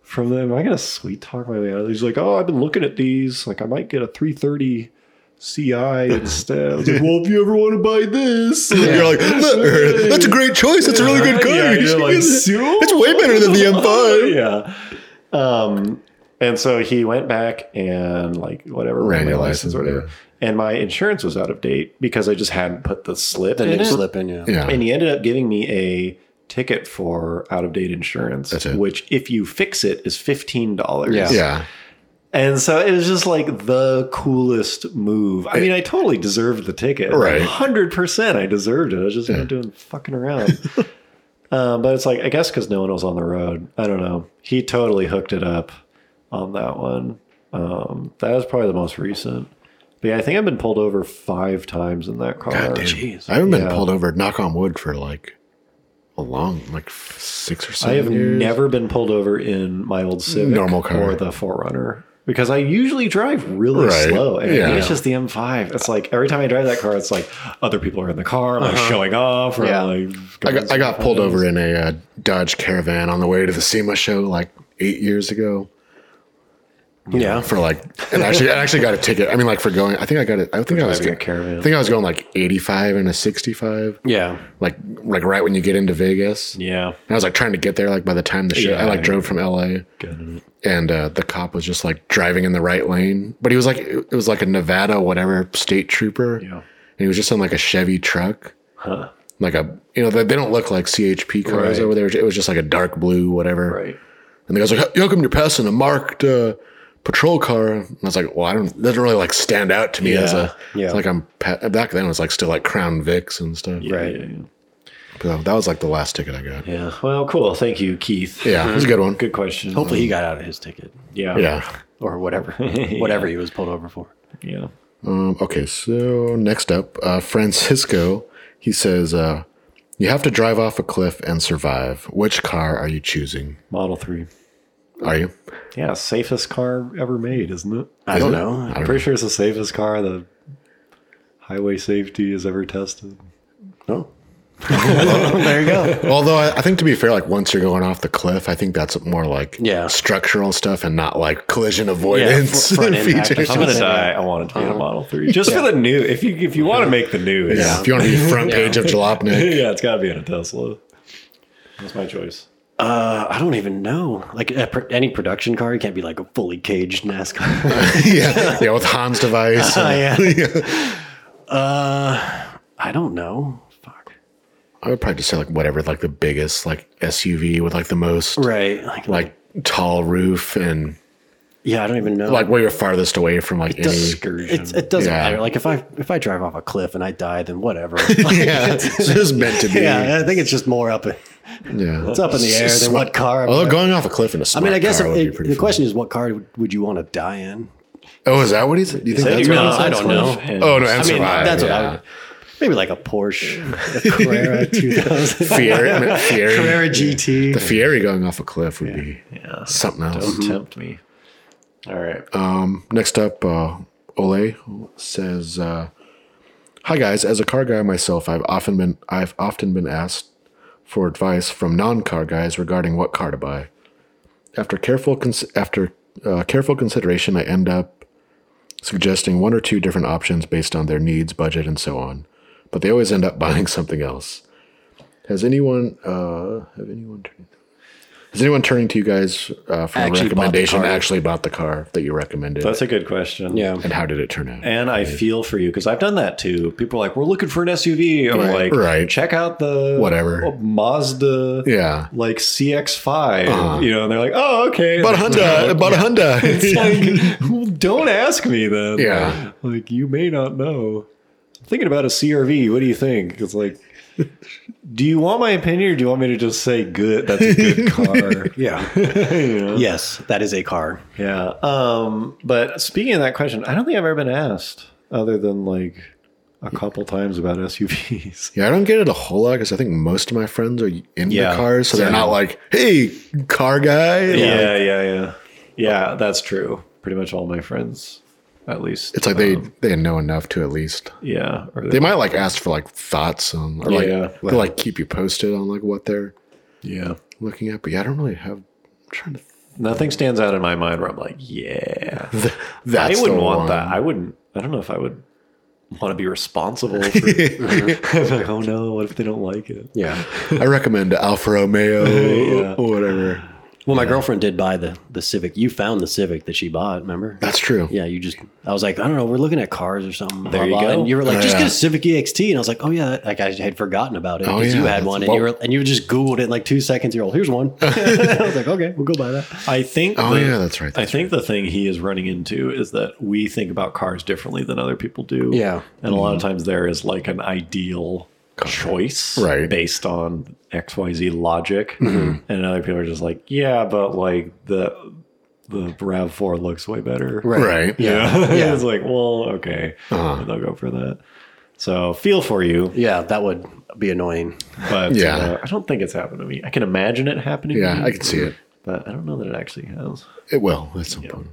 from them? Am I going to sweet talk my way out of these? Like, oh, I've been looking at these. Like, I might get a 330 CI instead. I was like, well, if you ever want to buy this, You're like, "That- uh, that's a great choice. That's a really good car. Yeah, You you're should like, get it." "So?" It's way better than the M5. yeah. Um, and so he went back and like whatever Ran ran my your license, license, or whatever. And my insurance was out of date because I just hadn't put the slip The in new it. slip in, yeah. Yeah. And he ended up giving me a ticket for out of date insurance, That's it. which if you fix it is fifteen dollars. Yeah. Yeah. And so it was just like the coolest move. I mean, I totally deserved the ticket. Right. Hundred percent, I deserved it. I was just Yeah. doing fucking around. um, but it's like I guess because no one was on the road. I don't know. He totally hooked it up on that one. Um, that was probably the most recent. But yeah, I think I've been pulled over five times in that car. God damn. Jeez. I haven't been Yeah. pulled over, knock on wood, for like a long, like f- six or I seven have years. Mm. never been pulled over in my old Civic Normal car. or the Forerunner because I usually drive really Right. slow. And I think Yeah. it's just the M5. It's like every time I drive that car, it's like other people are in the car, I'm like showing off, or Yeah. I'm like Uh-huh. I got, I got pulled over in a uh, Dodge Caravan on the way to the SEMA show like eight years ago. Yeah. for like and actually I actually got a ticket. I mean like for going I think I got it I think I was Driving a going, caravan. I think I was going like 85 and a 65 Yeah. like like right when you get into Vegas. Yeah. And I was like trying to get there like by the time the show I like Yeah. drove from LA and uh, the cop was just like driving in the right lane, but he was like it was like a Nevada whatever state trooper. Yeah. And he was just on like a Chevy truck. Huh. Like a you know they, they don't look like CHP cars Right. over there. It was just like a dark blue whatever. Right. And the guy's like, "How come you're passing a marked uh, patrol car?" And I was like, "Well, I don't. It doesn't really like stand out to me as a. Yeah. it's like I'm pa- back then. It was like still like Crown Vics and stuff. Yeah, Right. Yeah, yeah. But that was like the last ticket I got. Yeah, Yeah. Well, cool. Thank you, Keith. it was a good one. Good question. Hopefully he got out of his ticket Yeah. Yeah. or whatever, whatever he was pulled over for. Yeah. Um, okay, so next up, uh, Francisco. He says, uh, "You have to drive off a cliff and survive. Which car are you choosing? Model 3. Are you? Yeah. Safest car ever made, isn't it? I don't know. I I'm don't know. pretty sure it's the safest car the highway safety has ever tested. No. there you go. Although I, I think to be fair, like once you're going off the cliff, I think that's more like Yeah. structural stuff and not like collision avoidance fr- front impact or features. I'm gonna something. die. I want it to be a Uh-huh. Model Three, just for the new. If you if you want to make the new, it's, Yeah, if you want to be front page of Jalopnik, yeah, it's got to be in a Tesla. That's my choice. Uh, I don't even know. Like a, pr- any production car, you can't be like a fully caged NASCAR. yeah, yeah, with Hans device, and- yeah. Uh, I don't know. Fuck. I would probably just say like whatever, like the biggest like SUV with like the most Right. Like, like tall roof and yeah, I don't even know. like where you're farthest away from like any. Excursion. it, it doesn't Yeah. matter. Like if I if I drive off a cliff and I die, then whatever. Like, Yeah, it's just meant to be. Yeah, yeah, I think it's just more up. It's up in the air than what car. I'm Although gonna- Oh, going off a cliff in a I smart mean, I guess car if would be it- the pretty fun. question is, what car would, would you want to die in? Oh, is that what he said? Do you think Said that's? you what- got- No, I don't know. And- Oh no, and I mean, survive. that's what I yeah. would. Maybe like a Porsche, a Carrera 2000, Fieri, Fieri, Carrera GT. The Fieri going off a cliff would be Yeah. something else. Don't tempt me. All right. Um, next up, uh, Ole says, uh, "Hi guys. As a car guy myself, I've often been I've often been asked for advice from non-car guys regarding what car to buy. After careful cons- after uh, careful consideration, I end up suggesting one or two different options based on their needs, budget, and so on. But they always end up buying something else. Has anyone uh, have anyone turning? Has anyone turning to you guys uh, for a Actually bought the recommendation? car. Actually, bought the car that you recommended. That's a good question. Yeah. And how did it turn out? And I feel for you because I've done that too. People are like, we're looking for an SUV. Or Right. like, Right. check out the Whatever. Mazda yeah. Uh-huh. like CX5. You know, and they're like, oh, okay. But a Like, Honda, but a It's Honda. like, well, don't ask me then. Yeah. Like, you may not know. I'm thinking about a CRV. What do you think? It's like, do you want my opinion or do you want me to just say good? That's a good car. Yeah. You know? Yes, that is a car. Yeah. Um, but speaking of that question, I don't think I've ever been asked other than like a couple times about SUVs. Yeah, I don't get it a whole lot because I think most of my friends are into Yeah. cars, so they're Yeah. not like, "Hey, car guy." Like, Yeah, yeah, yeah. Yeah, that's true. Pretty much all my friends, at least. it's like they Um, they know enough to at least yeah. Or they might like ask for like thoughts on or Yeah. like they like keep you posted on like what they're yeah. looking at. But yeah, I don't really have. I'm trying to. Nothing stands out in my mind where I'm like, yeah. I That's wouldn't the want one. that. I wouldn't. I don't know if I would want to be responsible for I'm like, oh no, what if they don't like it? Yeah. I recommend Alfa Romeo or whatever. Well, my girlfriend did buy the the Civic. You found the Civic that she bought. Remember? That's true. Yeah, you just. I was like, I don't know. We're looking at cars or something. There you go. And you were like, just Yeah. get a Civic EXT. And I was like, oh yeah, that- like I had forgotten about it Oh, because yeah. you had one, and Well- you were and you just Googled it in like two seconds. You're all, here's one. I was like, okay, we'll go buy that. I think. Oh the- yeah, that's right. I think the thing he is running into is that we think about cars differently than other people do. Yeah. And a lot Mm-hmm. of times there is like an ideal choice Right. Mm-hmm. based on XYZ logic. And other people are just like, yeah, but like the the RAV4 looks way better. right. Yeah. Yeah. it's like, well, okay. Uh-huh. They'll go for that. So feel for you. Yeah, that would be annoying. But Yeah. uh, I don't think it's happened to me. I can imagine it happening to Yeah, me, I can see it. But I don't know that it actually has. It will at some point.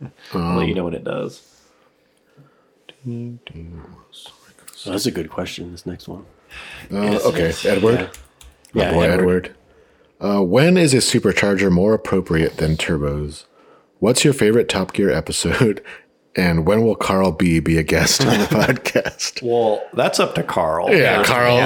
Um, I'll let you know when it does. So that's a good question. This next one. Uh, okay, Edward. My Yeah, boy, Edward. Edward. Uh, when is a supercharger more appropriate than turbos? What's your favorite Top Gear episode? And when will Carl B be a guest on the podcast? Well, that's up to Carl. Yeah, Carl,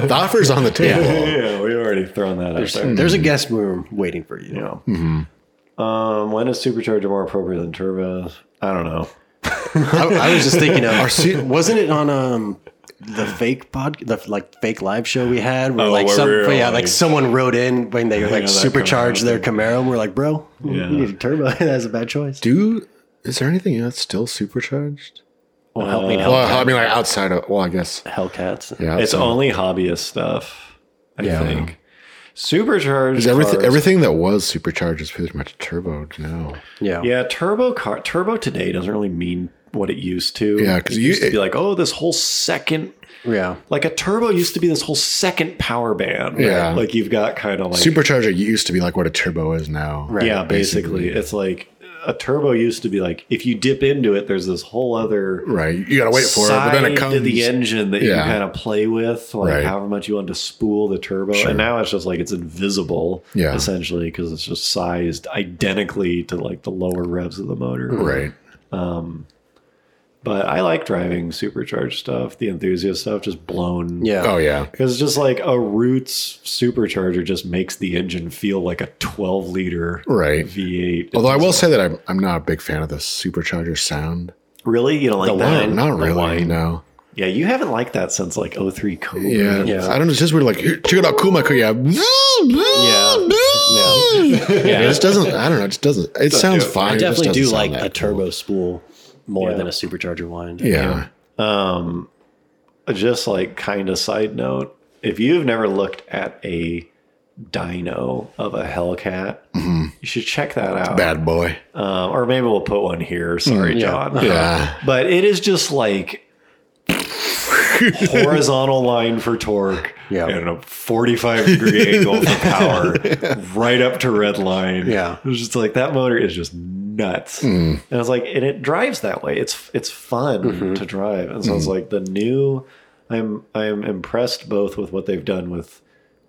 The, the offer's on the table. Yeah, we've already thrown that out There's, there. there's a guest room waiting for you. You know. mm-hmm. Um, when is supercharger more appropriate than turbos? I don't know. I, I was just thinking of. se- wasn't it on um the fake pod, the like fake live show we had? Where Oh, like where some, we were yeah, all, like like- someone wrote in when they like that supercharged Camaro their Camaro. And we're like, bro, Yeah. you need a turbo. That's a bad choice. Do is there anything that's still supercharged? Well, help me, Well, help I mean, like outside of well, I guess Hellcats. yeah. It's outside. only hobbyist stuff, I Yeah. think. Supercharged. Is everything cars- everything that was supercharged is pretty much turboed now. Yeah. Yeah, turbo car turbo today doesn't really mean what it used to. Yeah, 'cause it you- used to be like, oh, this whole second Yeah. like a turbo used to be this whole second power band. right? Yeah. Like you've got kind of like Supercharger used to be like what a turbo is now. Right. Yeah, basically. It's like a turbo used to be like if you dip into it, there's this whole other Right. You gotta wait for it, but then it side comes. to the engine that Yeah. you kind of play with, like Right. however much you want to spool the turbo. Sure. And now it's just like it's invisible, Yeah. essentially, because it's just sized identically to like the lower revs of the motor. Right. But I like driving supercharged stuff, the enthusiast stuff, just blown. Yeah. Oh yeah. Because just like a Roots supercharger just makes the engine feel like a 12 liter Right. Mm-hmm. V8. Although I will say that I'm I'm not a big fan of the supercharger sound. really, you don't like No, that? not really. wine. No. Yeah, you haven't liked that since like 03 Cobra. Yeah. Yeah. I don't know. It's just weird. Like "Here, check it out, cool my cookie. Yeah. Yeah. It just doesn't. I don't know. It just doesn't. It sounds fine. I it just definitely doesn't do sound like that a turbo spool more Yeah. than a supercharger wind. cool. Yeah. Um, just like kind of side note, if you've never looked at a dyno of a Hellcat, you should check that out. Mm-hmm. Bad boy. Um, or maybe we'll put one here. Sorry, Mm, yeah. John. Yeah. But it is just like horizontal line for torque Yeah. and a 45 degree angle for power right up to red line. Yeah. Mm. It was just like that motor is just nuts. And I was like, and it drives that way. It's it's fun Mm-hmm. to drive. And so Mm. it's like the new I'm I'm impressed both with what they've done with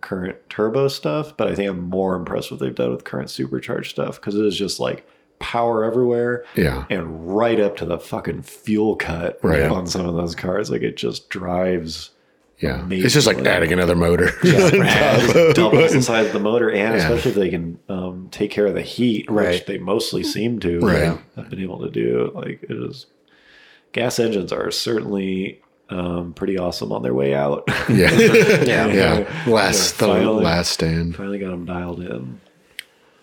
current turbo stuff, but I think I'm more impressed with what they've done with current supercharged stuff because it is just like power everywhere Yeah. and right up to the fucking fuel cut Right. on some of those cars. Like it just drives Yeah. It's just like Amazing. adding another motor. just doubles the size of the motor, and Yeah. especially if they can um, take care of the heat, which Right. they mostly seem to Right. have been able to do. Like it is, gas engines are certainly um, pretty awesome on their way out. Yeah. Yeah. yeah. Last the Finally. last stand. Finally got them dialed in.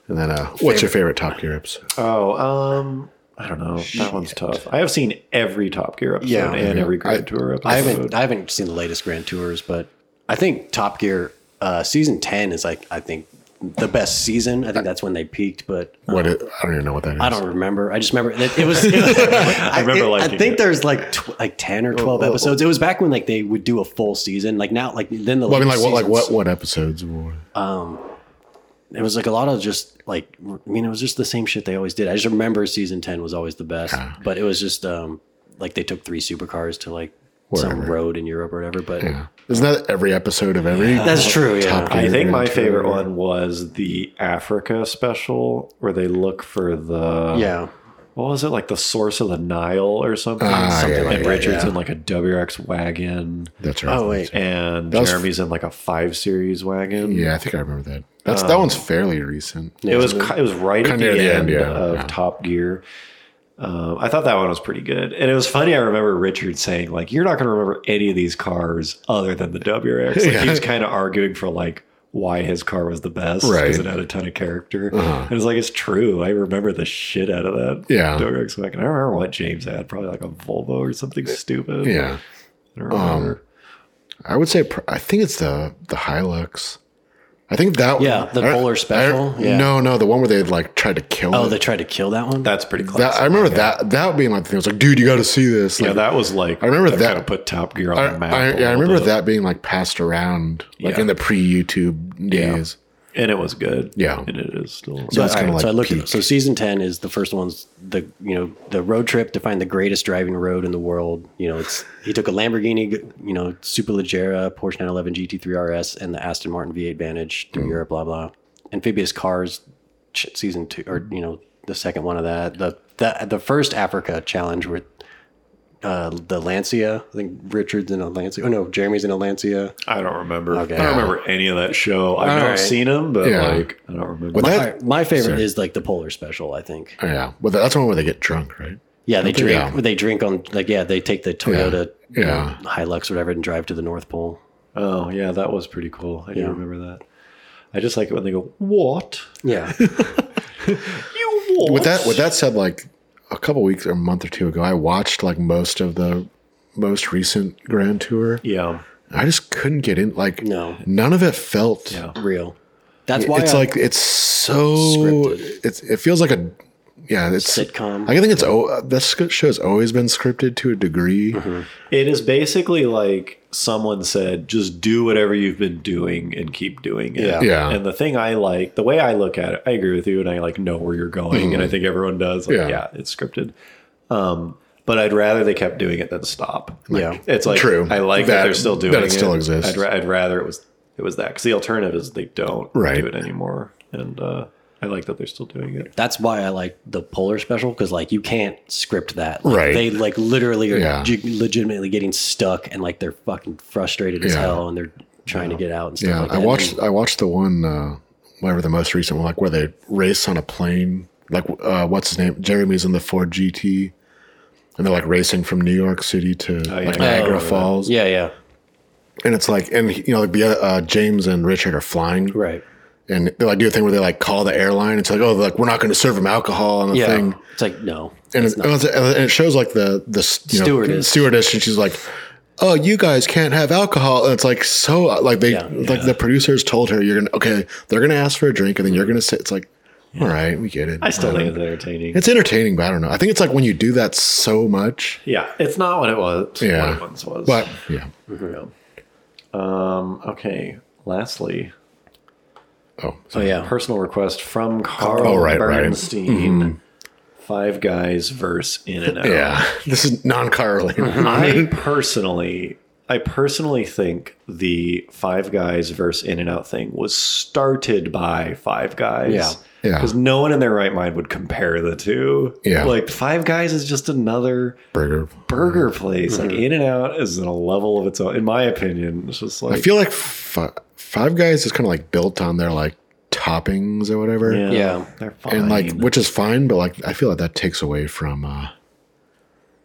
And then, uh, what's your favorite Top Gear episode? Oh, um, I don't know. That one's tough. I have seen every Top Gear episode Yeah. and every Grand I- Tour episode. I haven't I haven't seen the latest Grand Tours, but I think Top Gear uh, season ten is like I think the best season. I think that's when they peaked, but What it, I don't even know what that is. I don't remember. I just remember it, it was. It, I remember it- I liking think it. there's like tw- like ten or twelve episodes. It was back when like they would do a full season. Like now, like then the Well, I mean, like latest what, like what, seasons, what episodes? were- It was like a lot of just like I mean, it was just the same shit they always did. I just remember season ten was always the best, but it was just um like they took three supercars to like some Wherever. road in Europe or whatever. But Yeah. Isn't that every episode of every? that's true. Yeah, Top Gear. I think my Grand Tour. favorite one was the Africa special where they look for the yeah. what was it like the source of the Nile or something? Ah, yeah, something yeah, and yeah, Richards yeah. in like a WRX wagon That's right. Oh wait, and That was- Jeremy's in like a five series wagon. Yeah, I think I remember that. That's that one's fairly recent. It was ki- it was right at Kinda the, near the end, end, yeah, of yeah. Top Gear. Um, I thought that one was pretty good, and it was funny. I remember Richard saying like, "You're not going to remember any of these cars other than the WRX." Like, He was kind of arguing for like why his car was the best because Right. Uh-huh. it had a ton of character. And it's like it's true. I remember the shit out of that Yeah. WRX wagon. I don't remember what James had. Probably like a Volvo or something stupid. Yeah, um, I don't remember. I would say pr- I think it's the the Hilux. I think that Yeah, one, the I don't- I Polar don't- Special, yeah. No, no, the one where they like tried to kill. oh, it. they tried to kill that one. That's pretty close. that I remember that that being like the thing. I was like, dude, you got to see this. yeah, Like, that was like I remember that- kind of put Top Gear on I, the map. I- a yeah, I little remember bit. that being like passed around like Yeah. in the pre YouTube days. and it was good. Yeah. and it is still. So that's All kind of right, like so I looked. peak. At, so season ten is the first one's the you know the road trip to find the greatest driving road in the world. You know, it's he took a Lamborghini, you know, Superleggera, Porsche 911 GT3 RS, and the Aston Mm. Martin V8 Vantage through Europe. Blah blah. Amphibious cars, ch- season two or you know the second one of that. The the the first Africa challenge with uh, the Lancia. I think Richard's in a Lancia. Oh no, Jeremy's in a Lancia. I don't remember. Okay. I don't remember any of that show. I've All never right. seen him, but Yeah. like I don't remember. But that- All right, my favorite Sorry. is like the Polar Special. I think. Oh, yeah. Well, that's the one where they get drunk, right? Yeah, they Okay. drink. Yeah. They drink on like yeah. They take the Toyota Yeah. Hilux or whatever and drive to the North Pole. oh yeah, that was pretty cool. I do Yeah. remember that. I just like it when they go, "What Yeah, you what?" With that, with that said, like a couple weeks or a month or two ago, I watched like most of the most recent Grand Tour. yeah, I just couldn't get in. Like, No. none of it felt. Yeah. real. That's why uh, it's I- like it's so. Scripted. It's it feels like a. Yeah, it's Sitcom. I think it's oh, this show's always been scripted to a degree. Mm-hmm. it is basically like someone said, "Just do whatever you've been doing and keep doing it." Yeah. Yeah. And the thing I like, the way I look at it, I agree with you, and I like know where you're going, and I think everyone does. Like, Mm-hmm. Yeah. yeah. it's scripted. Um, but I'd rather they kept doing it than stop. yeah. It's like True. I like That- that, they're still doing that it still exists. I'd, ra- I'd rather it was it was that because the alternative is they don't Right. do it anymore, and uh, I like that they're still doing it. that's why I like the Polar Special because like you can't script that. Like, Right. They like literally are Yeah. ge- legitimately getting stuck and like they're fucking frustrated as Yeah. hell and they're trying to get out and stuff. Yeah, like I that. watched. I watched the one, uh, whatever the most recent one, like where they race on a plane. Like, uh, what's his name? Jeremy's in the Ford GT, and they're like racing from New York City to yeah. like Oh, Niagara right. Falls. Yeah, yeah, and it's like, and you know, like the other- uh, James and Richard are flying, right. and they like do a thing where they like call the airline. It's like, oh, like we're not going to serve them alcohol on the Yeah, thing. it's like no, and, it's, and it's- and it shows like the the s- you know, Stewardess. stewardess, and she's like, "Oh, you guys can't have alcohol." And it's like so like they Yeah. like the producers told her, "You're gonna okay, they're gonna ask for a drink, and then you're gonna sit." It's like, all right, we get it. I still think it's entertaining. it's entertaining, but I don't know. I think it's like when you do that so much, yeah, it's not what it was. Yeah. what it once was. but yeah. Yeah. Um, okay. Lastly, Oh, oh yeah, personal request from Carl Oh, right, right. Bernstein. Five Guys verse In and Out. yeah, this is non-correlated. I personally, I personally think the Five Guys verse In and Out thing was started by Five Guys. Yeah. Yeah. Because no one in their right mind would compare the two. Yeah. Like Five Guys is just another Burger. burger place. Mm-hmm. Like In and Out is on a level of its own. In my opinion, it's just like I feel like fi- Five Guys is kind of like built on their like toppings or whatever. Yeah. they're fine. and like which is fine but like i feel like that takes away from uh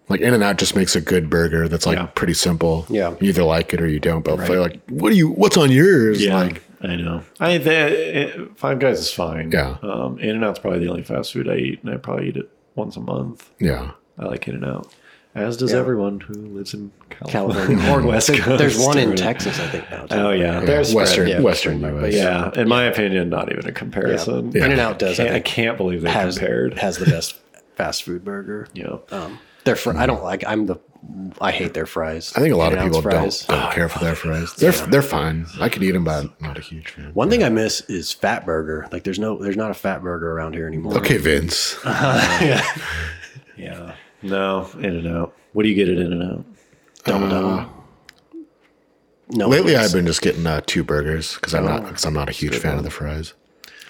like in and out just makes a good burger that's like Yeah. pretty simple Yeah. you either like it or you don't but if they're like what do you what's on yours yeah, like I know. I the, it, Five Guys is fine. Yeah. um, In and Out's probably the only fast food I eat, and I probably eat it once a month. yeah I like In and Out, as does Yeah. everyone who lives in California, California or West Coast. There's one in or- Texas, I think now. Too. Oh yeah, Yeah, there's western Yeah. western But us yeah, in my opinion, not even a comparison. Yeah. In and Out does. Can't- I I think can't believe they has compared. has the best fast food burger. you know, Um, their fr- I don't like. I'm the. I hate their fries. i think a lot of In-N-Out's people fries. don't, don't care for their fries they're they're fine i could eat them but i'm not a huge fan One thing I miss is fat burger. Like there's no there's not a fat burger around here anymore. okay vince Uh, yeah, no, In and Out. What do you get at In and Out? Double Double. No. Uh, lately it's- i've been just getting uh, two burgers because Oh, i'm not because i'm not a huge fan of the fries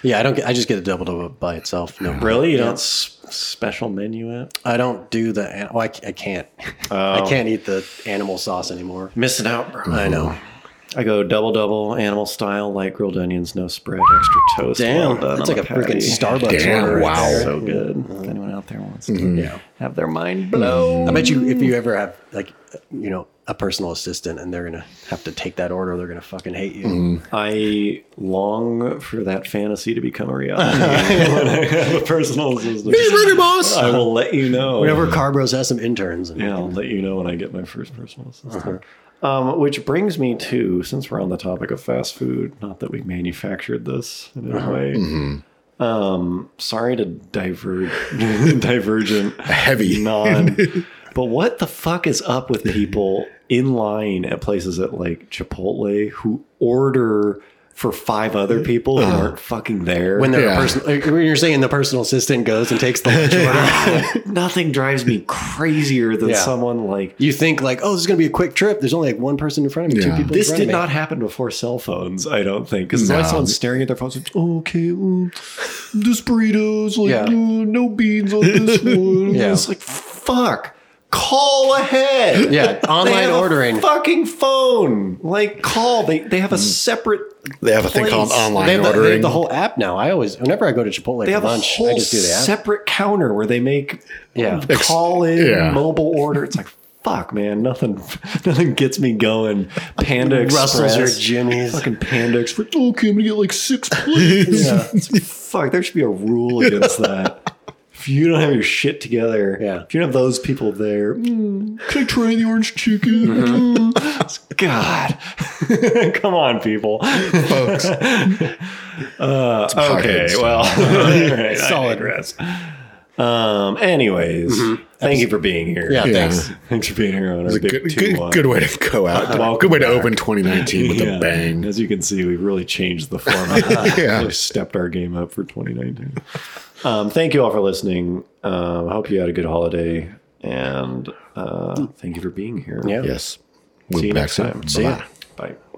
Yeah, I don't get. I just get a double double by itself. No, Really, you don't s- special menu it? I don't do the. an- Well, I, c- I can't. Oh. Oh. I can't eat the animal sauce anymore. Missing out, bro. I know. I go double double animal style, light grilled onions, no spread, extra toast. Damn, well done that's on like a patty. freaking Starbucks Damn, order. wow. Mm. there. Mm. Mm-hmm. So good. If anyone out there wants to Yeah. have their mind blown, I bet you if Mm. you ever have like you know a personal assistant and they're gonna have to take that order, they're gonna fucking hate you. Mm. I long for that fantasy to become a reality. When I have a personal assistant. boss I will let you know. Whenever Carbros has some interns, and Yeah, I'll let you know when I get my first personal assistant. Um, which brings me to, since we're on the topic of fast food, not that we manufactured this in a way. Um, sorry to diverge, divergent, heavy non. but what the fuck is up with people in line at places at like Chipotle who order for five other people who aren't fucking there. When they're Yeah. a person, like, when you're saying the personal assistant goes and takes the lunch order, nothing drives me crazier than Yeah. someone like you think like, oh, this is gonna be a quick trip. There's only like one person in front of me, Yeah. two people. in this front did of me. not happen before cell phones, I don't think. Because No. now someone's staring at their phones. Like, okay, mm, this burrito's like Yeah. uh, no beans on this one. Yeah. It's like fuck. Call ahead. Yeah, online They have a ordering. Mm. fucking phone. Like call. They they have a separate. They have a thing called place. online They have, the, they have ordering. the whole app now. I always, whenever I go to Chipotle They for have lunch, a I whole just do the app. separate counter where they make Yeah. Ex- call in yeah. mobile order. It's like fuck, man. Nothing nothing gets me going. Panda Express. Russell's or Jimmy's. Fucking Panda Express. Oh, Okay, I'm gonna get like six plates. yeah. It's like, fuck, there should be a rule against that. If you don't have your shit together, Yeah. if you don't have those people there, mm, can I try the orange chicken? Mm. God, come on, people. folks. Uh, okay, podcast. well, all right, Solid. solid rest. Um. Anyways, thank you for being here. Yeah, Yeah. thanks. thanks for being here on our It's a big good, two good, one. good way to go out. Welcome good way to back. open 2019 with Yeah. a bang. As you can see, we really changed the format. Yeah. really stepped our game up for 2019. Um, thank you all for listening. Um, I hope you had a good holiday, and uh, thank you for being here. Yeah. Yes. See We'll you Mm. be back next soon. time. See Bye-bye. ya. Bye.